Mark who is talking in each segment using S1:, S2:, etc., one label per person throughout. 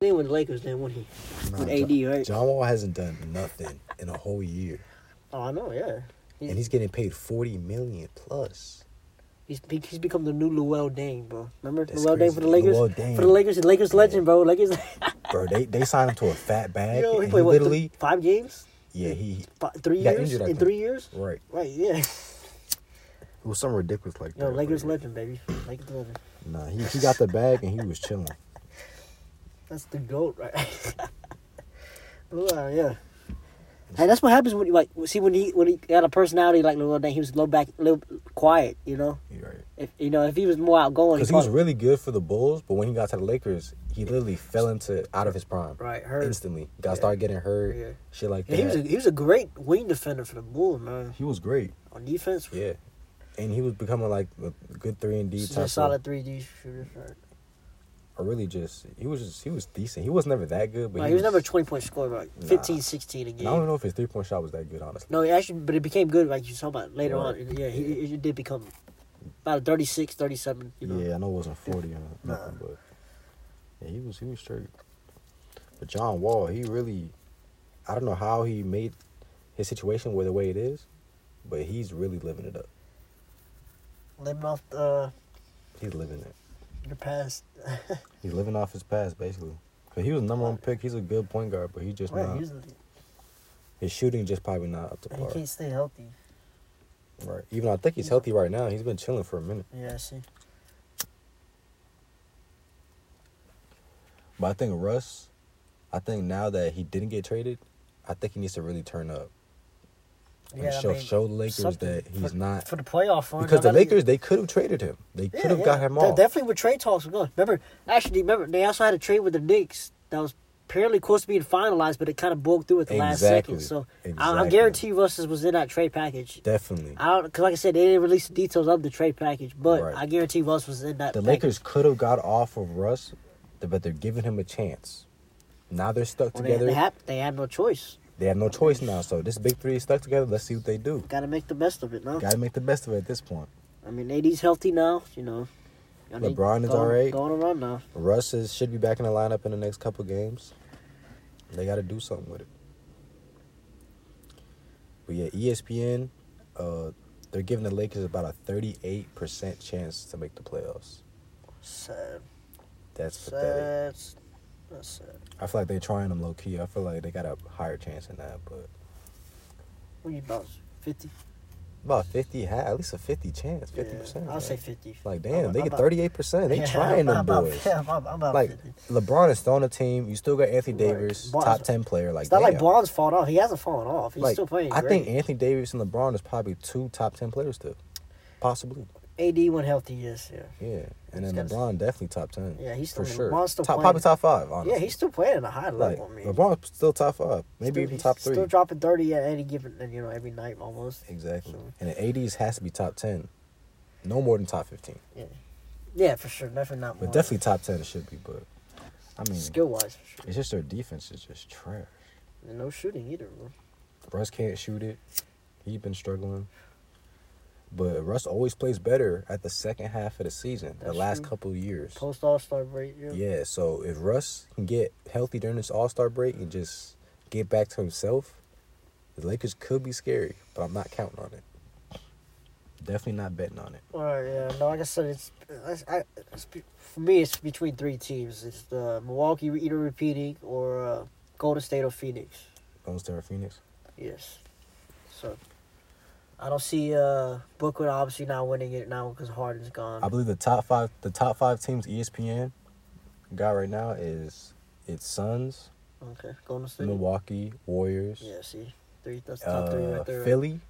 S1: He didn't win the Lakers then, would he?
S2: Nah,
S1: With
S2: John-
S1: AD, right?
S2: John Wall hasn't done nothing in a whole year,
S1: Oh, I know, yeah.
S2: and he's getting paid forty million plus.
S1: He's be- he's become the new Luell Dang, bro. Remember
S2: That's
S1: Luell Dang for the
S2: crazy.
S1: Lakers?
S2: Luol Deng.
S1: For the Lakers, the Lakers legend, bro. Lakers.
S2: Bro, they, they signed him to a fat bag.
S1: you know, he
S2: and
S1: played what?
S2: literally,
S1: Literally, five games,
S2: yeah, he
S1: five, three
S2: He got
S1: years
S2: injured, I
S1: in
S2: think.
S1: three years.
S2: right.
S1: Right, yeah.
S2: It was something ridiculous like
S1: Yo,
S2: that.
S1: Lakers
S2: but-
S1: legend, baby. Lakers legend.
S2: Nah, he, he got the bag and he was chilling.
S1: That's the goat, right? Luol, yeah. Hey, that's what happens when you like see when he when he got a personality like Luol Deng, he was low back, little quiet, you know.
S2: You right.
S1: If you know if he was more outgoing,
S2: Because he was
S1: probably-
S2: really good for the Bulls, but when he got to the Lakers, he literally fell into out of his prime.
S1: Right, hurt.
S2: Instantly. Got
S1: Yeah.
S2: started getting hurt.
S1: Yeah.
S2: Shit like
S1: Yeah,
S2: that.
S1: he was a, he was a great wing defender for the Bulls, man.
S2: He was great.
S1: On defense,
S2: Yeah. And he was becoming like a good three and D
S1: he's
S2: type.
S1: a
S2: of-
S1: solid three D shooter. Right.
S2: Or really just he was just he was decent. He was never that good, but
S1: Like, he was never a twenty point scorer, but like 15,
S2: Nah.
S1: 16 a
S2: And I don't
S1: game.
S2: know if his three point shot was that good, honestly.
S1: No, he actually, but it became good, like you saw about later
S2: Right.
S1: on. Yeah, he, it it did become about 36, 37, You know,
S2: Yeah, I know it wasn't forty or nothing, but yeah, he was he was straight. But John Wall, he really, I don't know how he made his situation where the way it is, but he's really living it up.
S1: living off uh,
S2: He's living it.
S1: your past.
S2: He's living off his past basically. Cause he was number one pick. He's a good point guard, but he just
S1: Right,
S2: not.
S1: he was-
S2: His shooting just probably not up to
S1: he
S2: par.
S1: can't stay healthy.
S2: Right. Even though I think he's healthy right now. He's been chilling for a minute.
S1: Yeah, I see.
S2: But I think Russ, I think now that he didn't get traded, I think he needs to really turn up. And
S1: Yeah, I
S2: show,
S1: mean,
S2: show the Lakers
S1: something
S2: that he's
S1: for,
S2: not.
S1: for the playoff run.
S2: Because the
S1: I gotta-
S2: Lakers, they could have traded him. They could have got him
S1: That-
S2: off.
S1: Definitely with trade talks were going. Remember, actually, remember they also had a trade with the Knicks that was apparently close to being finalized, but it kind of broke through at the last second.
S2: Exactly.
S1: So I, I
S2: Exactly.
S1: guarantee Russ was in that trade package.
S2: Definitely.
S1: I don't because, like I said, they didn't release the details of the trade package, but
S2: Right.
S1: I guarantee Russ was in that.
S2: The
S1: package.
S2: Lakers could have got off of Russ, th- but they're giving him a chance. Now they're stuck
S1: Well,
S2: together.
S1: They, they, have, they had no choice.
S2: They have no choice now. So this big three is stuck together. Let's see what they do.
S1: Got to make the best of it, no?
S2: Got to make the best of it at this point.
S1: I mean, AD's healthy now, you know. I mean,
S2: LeBron is
S1: going-
S2: alright.
S1: Going around now.
S2: Russ is, should be back in the lineup in the next couple games. They got to do something with it. But yeah, E ESPN, uh, they're giving the Lakers about a 38% chance to make the playoffs.
S1: Sad.
S2: That's pathetic.
S1: Sad. That's sad.
S2: I feel like they're trying them low key. I feel like they got a higher chance than that, but
S1: What you about? 50?
S2: about fifty, ha- at least a fifty chance, fifty percent.
S1: Yeah, I'll say 50.
S2: Like damn,
S1: I'm-
S2: they
S1: I'm
S2: get
S1: about-
S2: thirty eight percent. They
S1: Yeah,
S2: trying
S1: I'm
S2: them
S1: about-
S2: boys.
S1: yeah, I'm, I'm about
S2: Like
S1: 50.
S2: LeBron is still on the team. You still got Anthony
S1: Right.
S2: Davis,
S1: Bron-
S2: top ten player. Like
S1: It's not like
S2: damn.
S1: Braun's fallen off. He hasn't fallen off. He's
S2: Like,
S1: still playing.
S2: I
S1: great.
S2: think Anthony Davis and LeBron is probably two top ten players still, possibly.
S1: AD when healthy, yes, yeah.
S2: Yeah, and
S1: He's
S2: then
S1: gotta-
S2: LeBron definitely top ten.
S1: Yeah, he's still-
S2: for sure.
S1: LeBron's still
S2: top,
S1: playing.
S2: probably top five. Honestly.
S1: Yeah, he's still playing at a high
S2: like
S1: level. I mean,
S2: LeBron's still top five, maybe
S1: still,
S2: even
S1: he's
S2: top three.
S1: Still dropping thirty at any given, you know, every night almost.
S2: Exactly.
S1: So-
S2: And the 80s has to be top 10. No more than top 15.
S1: Yeah, for sure. Definitely not.
S2: But
S1: more.
S2: definitely top 10 it should be, but I mean,
S1: skill wise, for sure.
S2: it's just their defense is just trash.
S1: And no shooting either. Bro.
S2: Russ can't shoot it. He's been struggling. But Russ always plays better at the second half of the season, the
S1: That's
S2: last
S1: true.
S2: couple of years.
S1: Post All Star break. Yeah.
S2: yeah, so if Russ can get healthy during this All Star break and just get back to himself, the Lakers could be scary, but I'm not counting on it. Definitely not betting on it.
S1: All right. Yeah. No, like I said, it's, it's, I, it's be- for me. It's between three teams. It's the Milwaukee either repeating or uh, Golden State or Phoenix.
S2: Golden State or Phoenix?
S1: Yes. So I don't see uh Brooklyn obviously not winning it now because Harden's gone.
S2: I believe the top five the top five teams E ESPN got right now is it's Suns,
S1: okay, Golden State.
S2: Milwaukee Warriors,
S1: Yeah, see, three. That's the top three
S2: uh,
S1: right there.
S2: Philly,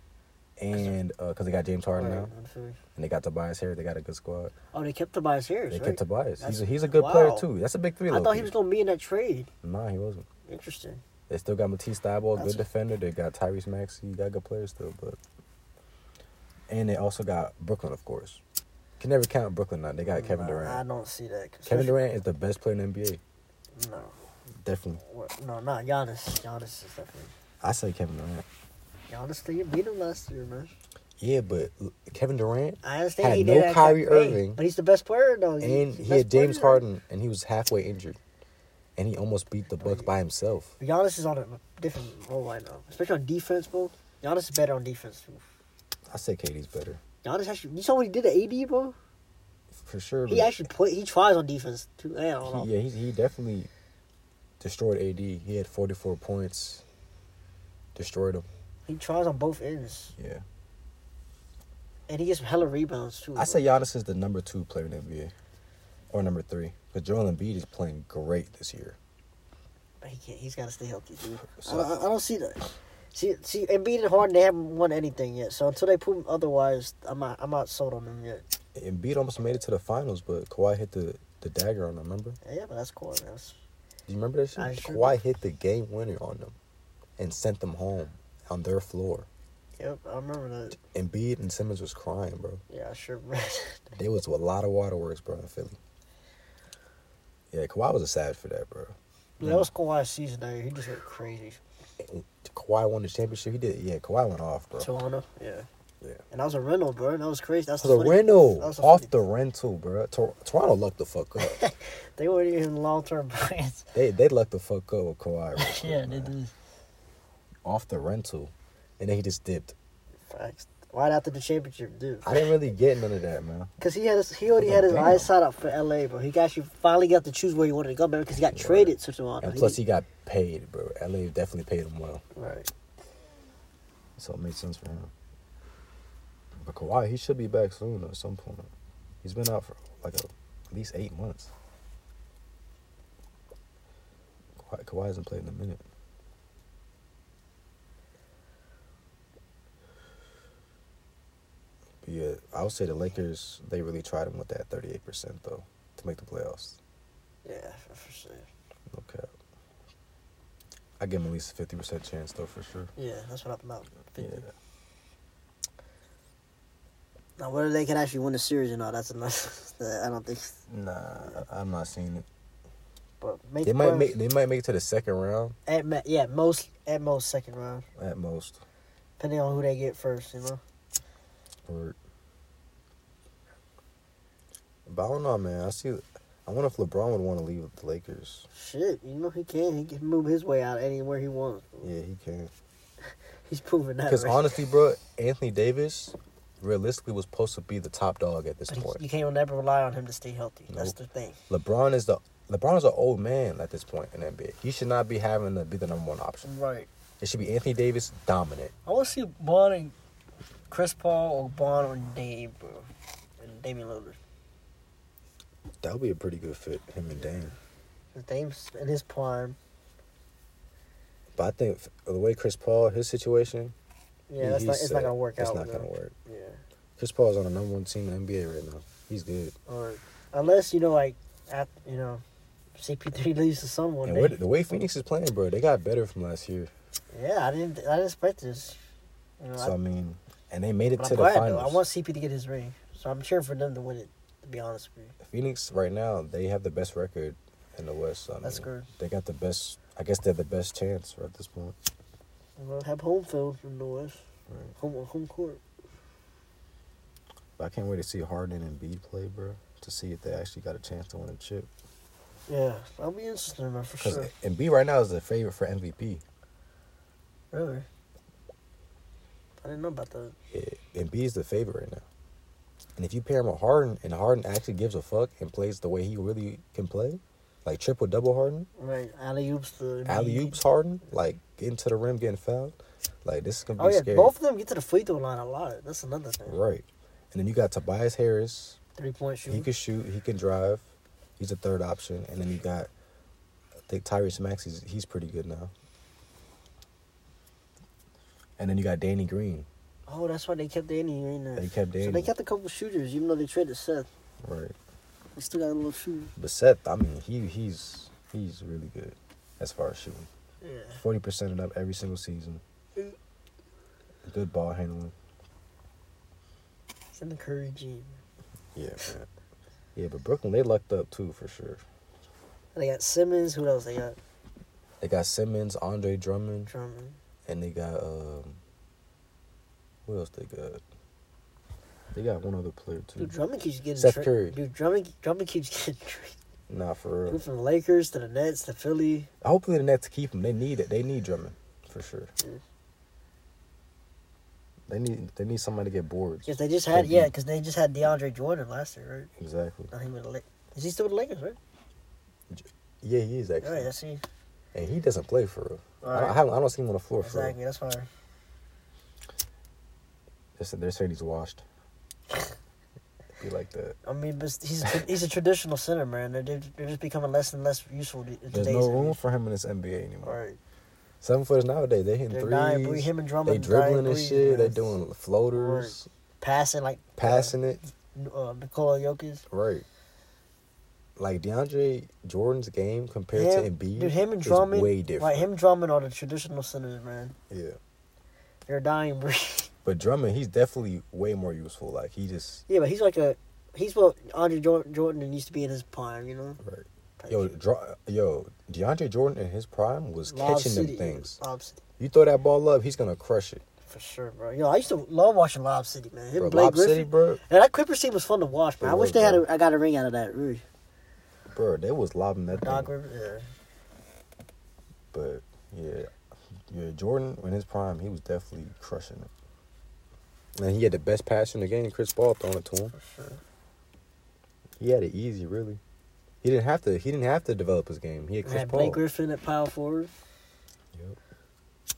S2: and because they got James
S1: Right,
S2: Harden now,
S1: and Philly.
S2: and they got Tobias Harris. They got a good squad.
S1: Oh, they kept Tobias Harris.
S2: They
S1: right?
S2: kept Tobias.
S1: That's-
S2: he's a, he's a good player
S1: wow.
S2: too. That's a big three.
S1: I
S2: low
S1: thought
S2: key.
S1: he was gonna be in that trade.
S2: Nah, he wasn't.
S1: Interesting.
S2: They still got Matisse Thybulle,
S1: That's-
S2: good defender. They got Tyrese Maxey. Got good players still, but and they also got Brooklyn, of course. Can never count Brooklyn out. They got Kevin
S1: No, I
S2: Durant.
S1: don't see that. 'cause-
S2: Kevin Durant is the best player in the NBA.
S1: No,
S2: Definitely.
S1: What- no, not Giannis. Giannis is definitely.
S2: I say Kevin Durant.
S1: Giannis didn't beat him last year, man.
S2: Yeah, but l- Kevin Durant
S1: I understand
S2: Had
S1: he
S2: no
S1: did have
S2: Kyrie
S1: Kyrie
S2: Irving.
S1: but he's the best player though. He's
S2: and
S1: the
S2: he
S1: best
S2: had James
S1: player.
S2: Harden and he was halfway injured. and he almost beat the Bucks by himself.
S1: Giannis is on a different role right now, especially on defense, bro. Giannis is better on defense.
S2: I say KD's better
S1: Giannis actually, you saw what he did to AD, bro.
S2: for sure.
S1: He
S2: but-
S1: actually play, he tries on defense too. Man, I don't know.
S2: He- yeah, he he definitely destroyed AD. He had forty four points. Destroyed him.
S1: He tries on both ends,
S2: Yeah,
S1: and he gets hella rebounds too.
S2: I
S1: bro.
S2: say Giannis is the number two player in the NBA, or number three. But Joel Embiid is playing great this year.
S1: But he can't. He's got to stay healthy, dude.
S2: So-
S1: I, I, I don't see that. See, see, Embiid and Harden, they haven't won anything yet. So until they prove otherwise, I'm not, I'm not sold on them yet.
S2: Embiid almost made it to the finals, but Kawhi hit the, the dagger on them. Remember?
S1: Yeah, but that's cool. Man. That's-
S2: Do you remember that
S1: I
S2: shit?
S1: sure
S2: Kawhi hit the game winner on them, and sent them home on their floor.
S1: Yep, I remember that.
S2: Embiid and Simmons was crying, bro.
S1: Yeah, I sure. remember.
S2: There was a lot of waterworks, bro, in Philly. Yeah, Kawhi was a savage for that, bro.
S1: Dude, that was Kawhi's season there. He just went crazy.
S2: Kawhi won the championship. He did. Yeah, Kawhi went off, bro.
S1: Toronto, yeah.
S2: Yeah.
S1: And that was a rental, bro. and That was crazy. That's
S2: It was a
S1: funny-
S2: rental
S1: that was the
S2: off
S1: funny-
S2: the rental, bro. Tor- Toronto lucked the fuck up.
S1: They weren't even long term plans.
S2: they they lucked the fuck up with Kawhi. real quick,
S1: yeah, they
S2: man.
S1: did.
S2: Off the rental, and then he just dipped.
S1: Facts. Right after the championship, dude.
S2: I didn't really get none of that, man.
S1: Cause he had his, he already
S2: Damn.
S1: had his eyes set up for LA, bro. He actually finally got to choose where he wanted to go, man, because he got traded to Toronto.
S2: And plus, he got paid, bro. LA definitely paid him well,
S1: right.
S2: so it made sense for him. But Kawhi, he should be back soon at some point. He's been out for like a, at least eight months. Kawhi, Kawhi hasn't played in a minute. But yeah, I would say the Lakers, they really tried him with that 38% though to make the playoffs.
S1: Yeah, for, for sure.
S2: No cap. I give him at least a 50% chance though for sure.
S1: Yeah, that's what I'm about.
S2: Yeah.
S1: Now whether they can actually win the series or not, that's enough. I don't think.
S2: Nah, I- I'm not seeing it.
S1: But make
S2: They
S1: the
S2: might
S1: playoffs.
S2: make they might make it to the second round
S1: at ma- yeah most at most second round,
S2: at most.
S1: depending on who they get first. You know.
S2: Or, but I don't know, man. I see. I wonder if LeBron would want to leave the Lakers.
S1: Shit, you know he can. He can move his way out anywhere he wants. bro.
S2: Yeah, he can.
S1: He's proven that.
S2: Because
S1: right?
S2: honestly, bro, Anthony Davis realistically was supposed to be the top dog at this
S1: But he- you
S2: point.
S1: can't never rely on him to stay healthy. That's
S2: Nope.
S1: the thing.
S2: LeBron is the LeBron is an old man at this point in NBA. He should not be having to be the number one option.
S1: Right.
S2: It should be Anthony Davis dominant.
S1: I want to see Bond and Chris Paul or Bond and Dave, bro. And Damian Lillard.
S2: That would be a pretty good fit, him and Dame.
S1: His name's in his prime.
S2: But I think f- the way Chris Paul, his situation,
S1: Yeah,
S2: he-
S1: that's not,
S2: he's
S1: it's not
S2: set.
S1: going to work
S2: It's
S1: out.
S2: not
S1: with
S2: gonna
S1: him.
S2: work.
S1: Yeah.
S2: Chris Paul's on the number one team in the NBA right now. He's good.
S1: Or, unless, you know, like, at, you know, CP3 leaves to someone.
S2: And where, the way Phoenix is playing, bro, they got better from last year.
S1: Yeah, I didn't I didn't expect this. You know,
S2: So I
S1: I,
S2: mean, and they made it
S1: but
S2: to
S1: I'm
S2: the
S1: glad, though.
S2: finals.
S1: I want CP to get his ring. So I'm cheering for them to win it, to be honest with you.
S2: Phoenix right now, they have the best record in the West. So I
S1: That's
S2: mean,
S1: good.
S2: They got the best. I guess they have the best chance right at this point.
S1: We'll have home field from the West.
S2: Right.
S1: Home, home court.
S2: But I can't wait to see Harden and Bede play, bro. To see if they actually got a chance to win a chip.
S1: Yeah, I'll be interested in that for
S2: Because
S1: sure.
S2: Embiid right now is the favorite for MVP.
S1: Really? I didn't know about that.
S2: Yeah, Embiid is the favorite right now. And if you pair him with Harden, and Harden actually gives a fuck and plays the way he really can play, like triple double Harden,
S1: Right, alley oops the
S2: alley oops Harden, like getting to the rim, getting fouled, like this is gonna be
S1: Oh yeah,
S2: scary.
S1: both of them get to the free throw line a lot. That's another thing.
S2: Right. And then you got Tobias Harris.
S1: Three point
S2: He
S1: shooting.
S2: can shoot. He can drive. He's a third option. And then you got, I think Tyrese Maxey's. He's pretty good now. And then you got Danny Green.
S1: Oh, that's why they kept Danny in there.
S2: They kept
S1: So they
S2: Danny.
S1: kept a couple shooters, even though they traded Seth.
S2: Right.
S1: They still got a little shooter.
S2: But Seth, I mean, he he's he's really good as far as shooting.
S1: Yeah.
S2: Forty percent it up every single season. Good ball handling.
S1: It's in the Curry gene.
S2: Yeah, man. Yeah, but Brooklyn they lucked up too for sure.
S1: They got Simmons. Who else? They got
S2: They got Simmons, Andre Drummond,
S1: Drummond.
S2: and they got um. What else they got? They got one other player too.
S1: Dude, Drummond keeps getting
S2: Seth
S1: tra-
S2: Curry.
S1: Dude, Drummond, Drummond keeps getting traded.
S2: Nah, for
S1: He
S2: real.
S1: went from the Lakers to the Nets to Philly.
S2: Hopefully the Nets keep him. They need it. They need Drummond for sure.
S1: Mm.
S2: They need they need somebody to get bored.
S1: Because they just had,
S2: KD.
S1: yeah, because they just had DeAndre Jordan last year,
S2: Exactly.
S1: right? Now he with the Lake. Is he still with the Lakers, right?
S2: Yeah, he is
S1: All right,
S2: actually,
S1: that's he.
S2: and he doesn't play for real.
S1: All
S2: I, I,
S1: right.
S2: haven't- I don't see him on the floor for real.
S1: Exactly, that's why.
S2: They're saying- They're saying he's washed. Be like that.
S1: I mean, but he's he's a traditional center, man. They're, they're just becoming less and less useful in today's.
S2: There's no room
S1: NBA.
S2: for him in this NBA
S1: All
S2: anymore.
S1: right.
S2: Seven footers nowadays, they hitting
S1: They're
S2: threes.
S1: dying breed. Him and Drummond.
S2: they dribbling
S1: dying
S2: and
S1: breed,
S2: shit.
S1: man.
S2: They doing floaters,
S1: passing like
S2: passing it.
S1: uh, Nikola Jokic.
S2: Right. Like DeAndre Jordan's game compared to
S1: Him,
S2: Embiid,
S1: dude, him and
S2: is
S1: Drummond,
S2: way different.
S1: like him and Drummond are the traditional centers, man.
S2: Yeah,
S1: They're a dying breed.
S2: but Drummond, he's definitely way more useful. Like he just
S1: yeah, but he's like a, he's what Andre Jor- Jordan used to be in his prime, you know.
S2: right.
S1: Type
S2: Yo,
S1: shit.
S2: dr- yo, DeAndre Jordan in his prime was
S1: Lob
S2: catching them
S1: City,
S2: things.
S1: Lob City,
S2: You throw that ball up, he's gonna crush it.
S1: for sure, bro. Yo, I used to love watching Lob City, man. Him
S2: Bro,
S1: and Blake
S2: Lob
S1: Griffin.
S2: City, bro,
S1: And that Clippers team was fun to watch, man.
S2: It
S1: I wish
S2: was,
S1: they had.
S2: bro.
S1: A, I got a ring out of that, really.
S2: bro, they was lobbing that
S1: Doc
S2: thing.
S1: Rivers,
S2: But yeah, yeah, Jordan in his prime, he was definitely crushing it. And he had the best pass in the game. Chris Paul throwing it to him.
S1: yeah, for sure.
S2: He had it easy, really. He didn't have to. He didn't have to develop his game. He had
S1: And
S2: Chris
S1: had
S2: Paul.
S1: Blake Griffin at power forward.
S2: Yep.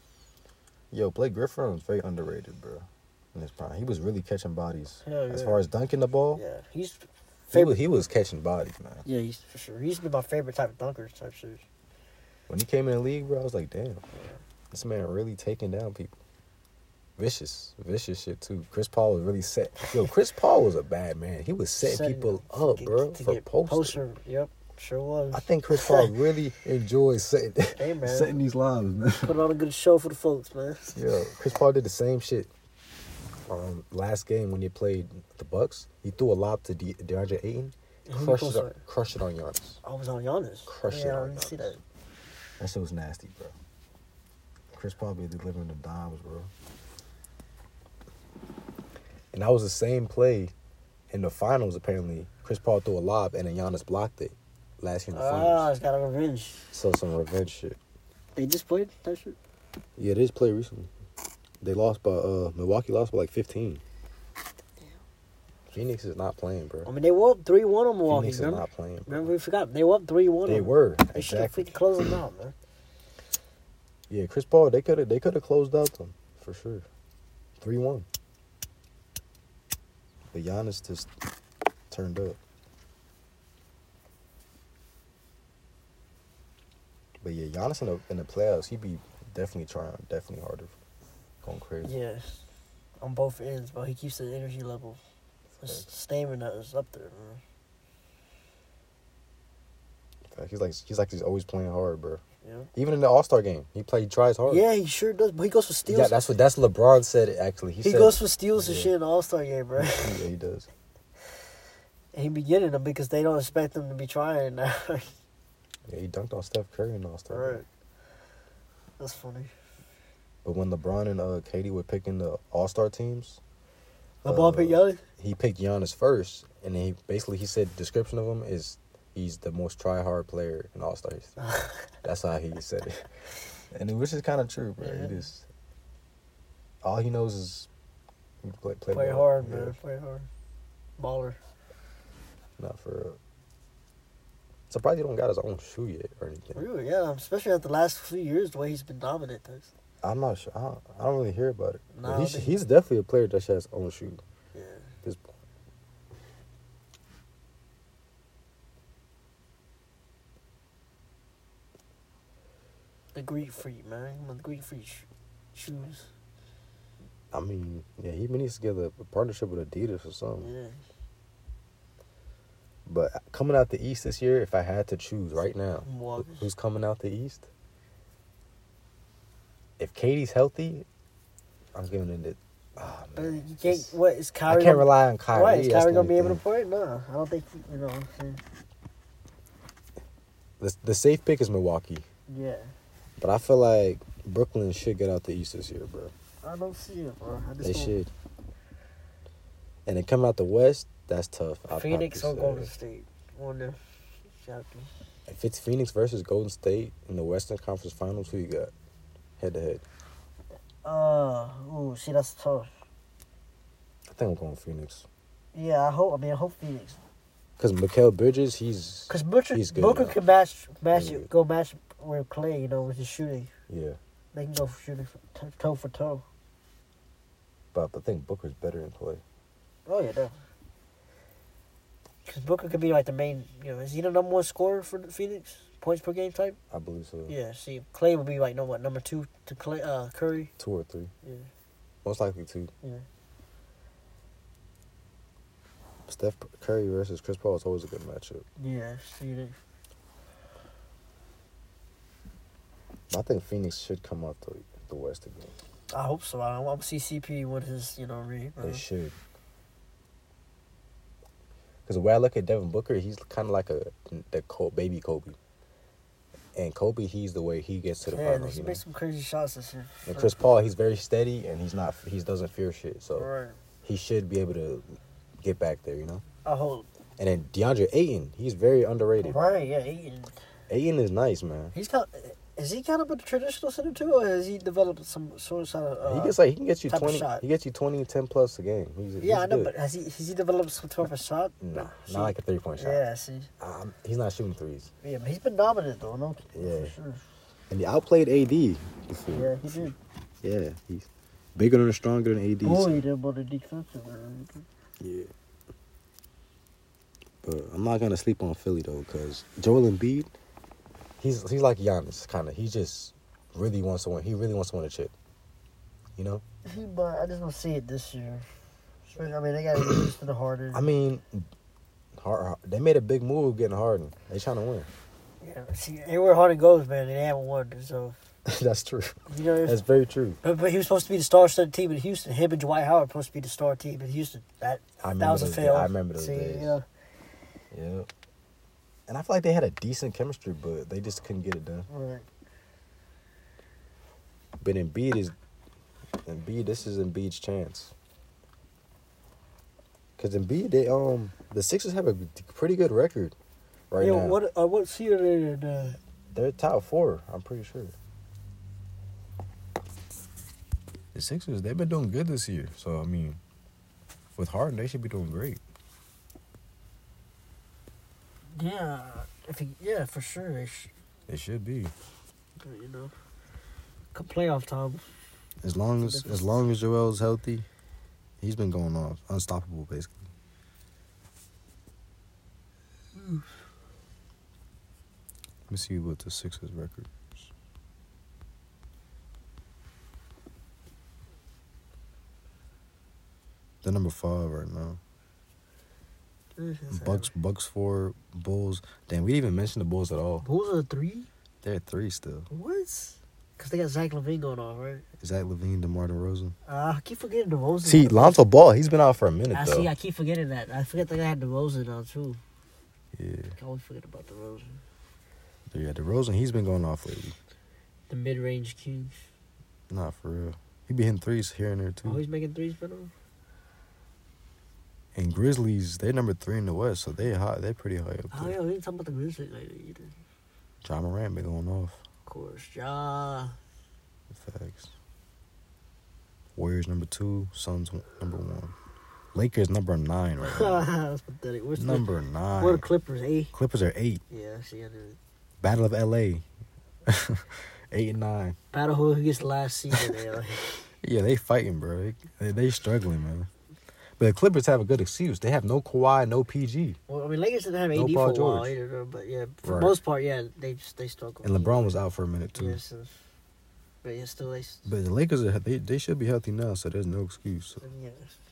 S2: Yo, Blake Griffin was very underrated, bro. In his prime, he was really catching bodies.
S1: Hell
S2: As
S1: yeah.
S2: far as dunking the ball,
S1: Yeah, he's
S2: he,
S1: favorite.
S2: was, he was catching bodies, man.
S1: Yeah, he's for sure. He used to be my favorite type of dunker type shoes.
S2: When he came in the league, bro, I was like, damn, this man really taking down people. Vicious, vicious shit too. Chris Paul was really set. Yo, Chris Paul was a bad man. He was setting people up, bro, for posting.
S1: Yep, sure was.
S2: I think Chris Paul really enjoys setting,
S1: Hey, man.
S2: setting these lives, man.
S1: Put on a good show for the folks, man.
S2: Yo, Chris Paul did the same shit. Um, last game when they played the Bucks, he threw a lob to De- DeAndre Ayton,
S1: Who
S2: crushed it,
S1: posted
S2: on,
S1: it?
S2: crushed it on Giannis.
S1: I was on Giannis.
S2: Crush it
S1: yeah, I
S2: on
S1: didn't see
S2: Giannis.
S1: that.
S2: That shit was nasty, bro. Chris Paul be delivering the dimes, bro. And that was the same play in the finals. Apparently, Chris Paul threw a lob and then Giannis blocked it last year in the
S1: Ah,
S2: finals.
S1: it's got a revenge.
S2: So some revenge shit.
S1: They just played that shit.
S2: Yeah, they just played recently. They lost by uh Milwaukee lost by like fifteen. Phoenix is not playing, bro.
S1: I mean, they were up three one on Milwaukee.
S2: Phoenix is
S1: Remember?
S2: not playing. bro.
S1: remember, we forgot they were up three one.
S2: They were
S1: They should have
S2: exactly.
S1: freaking closed them out, man.
S2: Yeah, Chris Paul. They could have. They could have closed out them for sure. Three one. But Giannis just turned up. But yeah, Giannis in the in the playoffs, he'd be definitely trying, definitely harder, going crazy.
S1: Yeah, on both ends, bro. He keeps the energy level, his stamina is up there, man.
S2: Like, he's like he's like he's always playing hard, bro.
S1: Yeah.
S2: Even in the All Star game, he played. He tries hard.
S1: Yeah, he sure does. But he goes for steals.
S2: yeah. That's what that's LeBron said. Actually, he,
S1: he
S2: said,
S1: goes for steals and
S2: Yeah.
S1: shit in All Star game, bro.
S2: Yeah, he does.
S1: and he be getting them because they don't expect them to be trying. now.
S2: Yeah, he dunked on Steph Curry in All Star.
S1: right. That's funny.
S2: Uh, But when LeBron and uh, Katie were picking the All Star teams,
S1: LeBron
S2: Uh,
S1: picked Giannis.
S2: he picked Giannis first, and then he basically he said description of him is he's the most try hard player in All Star history. That's how he said it, and it- which is kind of true, bro.
S1: Yeah.
S2: He just all he knows is play play,
S1: Play
S2: ball.
S1: hard,
S2: Yeah,
S1: man. Play hard. Baller.
S2: Not for real. Surprised he don't got his own shoe yet or anything.
S1: Really, yeah. Especially after the last few years, the way he's been dominant. that's-
S2: I'm not sure. I don't, I don't really hear about it.
S1: Nah,
S2: But he's,
S1: they-
S2: he's definitely a player that should have his own shoe.
S1: Yeah.
S2: at This point.
S1: The Greek freak, man. When the Greek freak sh- shoes.
S2: I mean, yeah, he needs to get a, a partnership with Adidas or something.
S1: Yeah.
S2: But coming out the East this year, if I had to choose right now, wh-
S1: Milwaukee.
S2: who's coming out the East? If Katie's healthy, I'm giving it. the- ah,
S1: But
S2: man,
S1: you can't.
S2: it's-
S1: What is
S2: I
S1: Kyrie?
S2: can't
S1: gonna-
S2: rely on E Kyrie.
S1: Right, is
S2: that's
S1: Kyrie
S2: the
S1: gonna be
S2: only
S1: able to
S2: thing.
S1: play? No, I don't think. You know. what I'm saying?
S2: The, the safe pick is Milwaukee,
S1: Yeah.
S2: but I feel like Brooklyn should get out the East this year, bro.
S1: I don't see it, bro. I just
S2: They
S1: don't-
S2: should. And then come out the West, that's tough. I'll uh,
S1: Phoenix
S2: probably
S1: or
S2: say-
S1: Golden State. One of them. Gotta be.
S2: If it's Phoenix versus Golden State in the Western Conference Finals, who you got head to head?
S1: Uh, ooh, see, that's tough.
S2: I think I'm going Phoenix
S1: Yeah, I hope. I mean, I hope Phoenix.
S2: because Mikael Bridges, he's
S1: Because Booker,
S2: He's good
S1: Booker
S2: now.
S1: can match, match
S2: He's
S1: it,
S2: good.
S1: go match with Clay, you know, with his shooting.
S2: yeah,
S1: They can go for shooting for, t- toe for toe.
S2: but I think Booker's better in play.
S1: Oh, yeah, definitely. Because Booker could be like the main, you know, is he the number one scorer for the Phoenix? Points per game type?
S2: I believe so.
S1: Yeah, see, Clay would be like, no, what, number two to Clay, uh, Curry?
S2: Two or three,
S1: Yeah,
S2: most likely two.
S1: yeah.
S2: Steph Curry versus Chris Paul is always a good matchup.
S1: Yeah, see, they-
S2: But I think Phoenix should come out the the West again.
S1: I hope so. I want to see CP with his, you know, re. uh,
S2: They should. Because the way I look at Devin Booker, he's kind of like a the Col- baby Kobe. And Kobe, he's the way he gets to the
S1: yeah,
S2: finals.
S1: he
S2: You know?
S1: makes some crazy shots this year.
S2: And Chris Paul, he's very steady and he's not he doesn't fear shit. So
S1: Right.
S2: he should be able to get back there, you know.
S1: I hope.
S2: And then DeAndre Ayton, he's very underrated.
S1: Right, yeah, Aiden.
S2: Ayton is nice, man.
S1: He's kind. Is he kind of a traditional center too, or has he developed some sort of? Uh,
S2: he gets like he can get you
S1: type of
S2: twenty.
S1: shot.
S2: He gets you 20 and 10 plus a game. He's,
S1: yeah,
S2: he's
S1: I know,
S2: good.
S1: but has he has he developed some type of shot?
S2: nah,
S1: See,
S2: not like a three point shot.
S1: Yeah, see,
S2: Um, he's not shooting threes.
S1: yeah, but he's been dominant though. No,
S2: Yeah.
S1: for sure.
S2: And he outplayed AD. before.
S1: yeah, he did Oh,
S2: Yeah, he's bigger and stronger than AD. so-
S1: bully them on the defensive end.
S2: Yeah. But I'm not gonna sleep on Philly though, because Joel Embiid, he's he's like Giannis, kind of. He just really wants to win. He really wants to win a chip. You know.
S1: He, but I just don't see it this year. So, I mean, they got to get used to the harder.
S2: I mean, Har- Har- they made a big move getting Harden. They trying to win.
S1: yeah, see, anywhere Harden goes, man, they haven't won. So
S2: That's true.
S1: you know, it's-
S2: That's very true.
S1: But, but he was supposed to be the star studded team in Houston. Him and Dwight Howard supposed to be the star team in Houston. That
S2: I
S1: that
S2: remember
S1: was a
S2: those
S1: fail.
S2: da- I remember those
S1: See,
S2: days.
S1: Yeah.
S2: Yeah. And I feel like they had a decent chemistry, but they just couldn't get it done.
S1: Right.
S2: But Embiid is Embiid. This is Embiid's chance. Cause Embiid, they um the Sixers have a pretty good record right
S1: yeah.
S2: now.
S1: What uh, what season are they in? Uh,
S2: They're top four. I'm pretty sure. The Sixers, they've been doing good this year. So I mean, with Harden, they should be doing great.
S1: yeah. If he, yeah, for sure. They sh-
S2: They should be.
S1: but, you know, come playoff time.
S2: As long as as long as Joel's healthy, he's been going off unstoppable basically. Let me see what the Sixers record. is. They're number five right now. Bucks, Bucks four, Bulls. Damn, we didn't even mention the Bulls at all.
S1: Bulls are three.
S2: They're at three still.
S1: What? Because they got Zach Levine going on, right?
S2: Zach Levine, DeMar DeRozan.
S1: Uh, I keep forgetting DeRozan.
S2: See, Lonzo Ball, he's been out for a minute
S1: I
S2: though.
S1: see. I keep forgetting that. I forget they had DeRozan on too.
S2: yeah.
S1: I always forget about DeRozan.
S2: Yeah, DeRozan, he's been going off lately.
S1: The mid range king.
S2: Nah, for real. He be hitting threes here and there too.
S1: Always making threes um, for them.
S2: and Grizzlies, they're number three in the West, so they high. They pretty high up
S1: Oh
S2: there.
S1: yeah, we didn't talk about the Grizzlies later either.
S2: John Moran been going off.
S1: Of course, Ja.
S2: Facts. Warriors number two, Suns w- number one. Lakers number nine right now.
S1: That's pathetic. What's
S2: number
S1: the,
S2: nine.
S1: what are Clippers? Eh?
S2: Clippers are eight.
S1: Yeah, I see. I did.
S2: Battle of L.A. eight and nine.
S1: Battle who gets last season. eh? Like,
S2: Yeah, they fighting, bro. They, they, they struggling, man. But the Clippers have a good excuse. They have no Kawhi, no PG,
S1: well, I mean, Lakers didn't have
S2: No
S1: AD
S2: Paul
S1: for a while
S2: George.
S1: either, but yeah, for
S2: Right.
S1: the most part, yeah, they just they struggle.
S2: and LeBron was out for a minute too.
S1: Yeah, so, but yeah, still they. s-
S2: But the Lakers are they, they should be healthy now, so there's no excuse.
S1: I mean, yeah.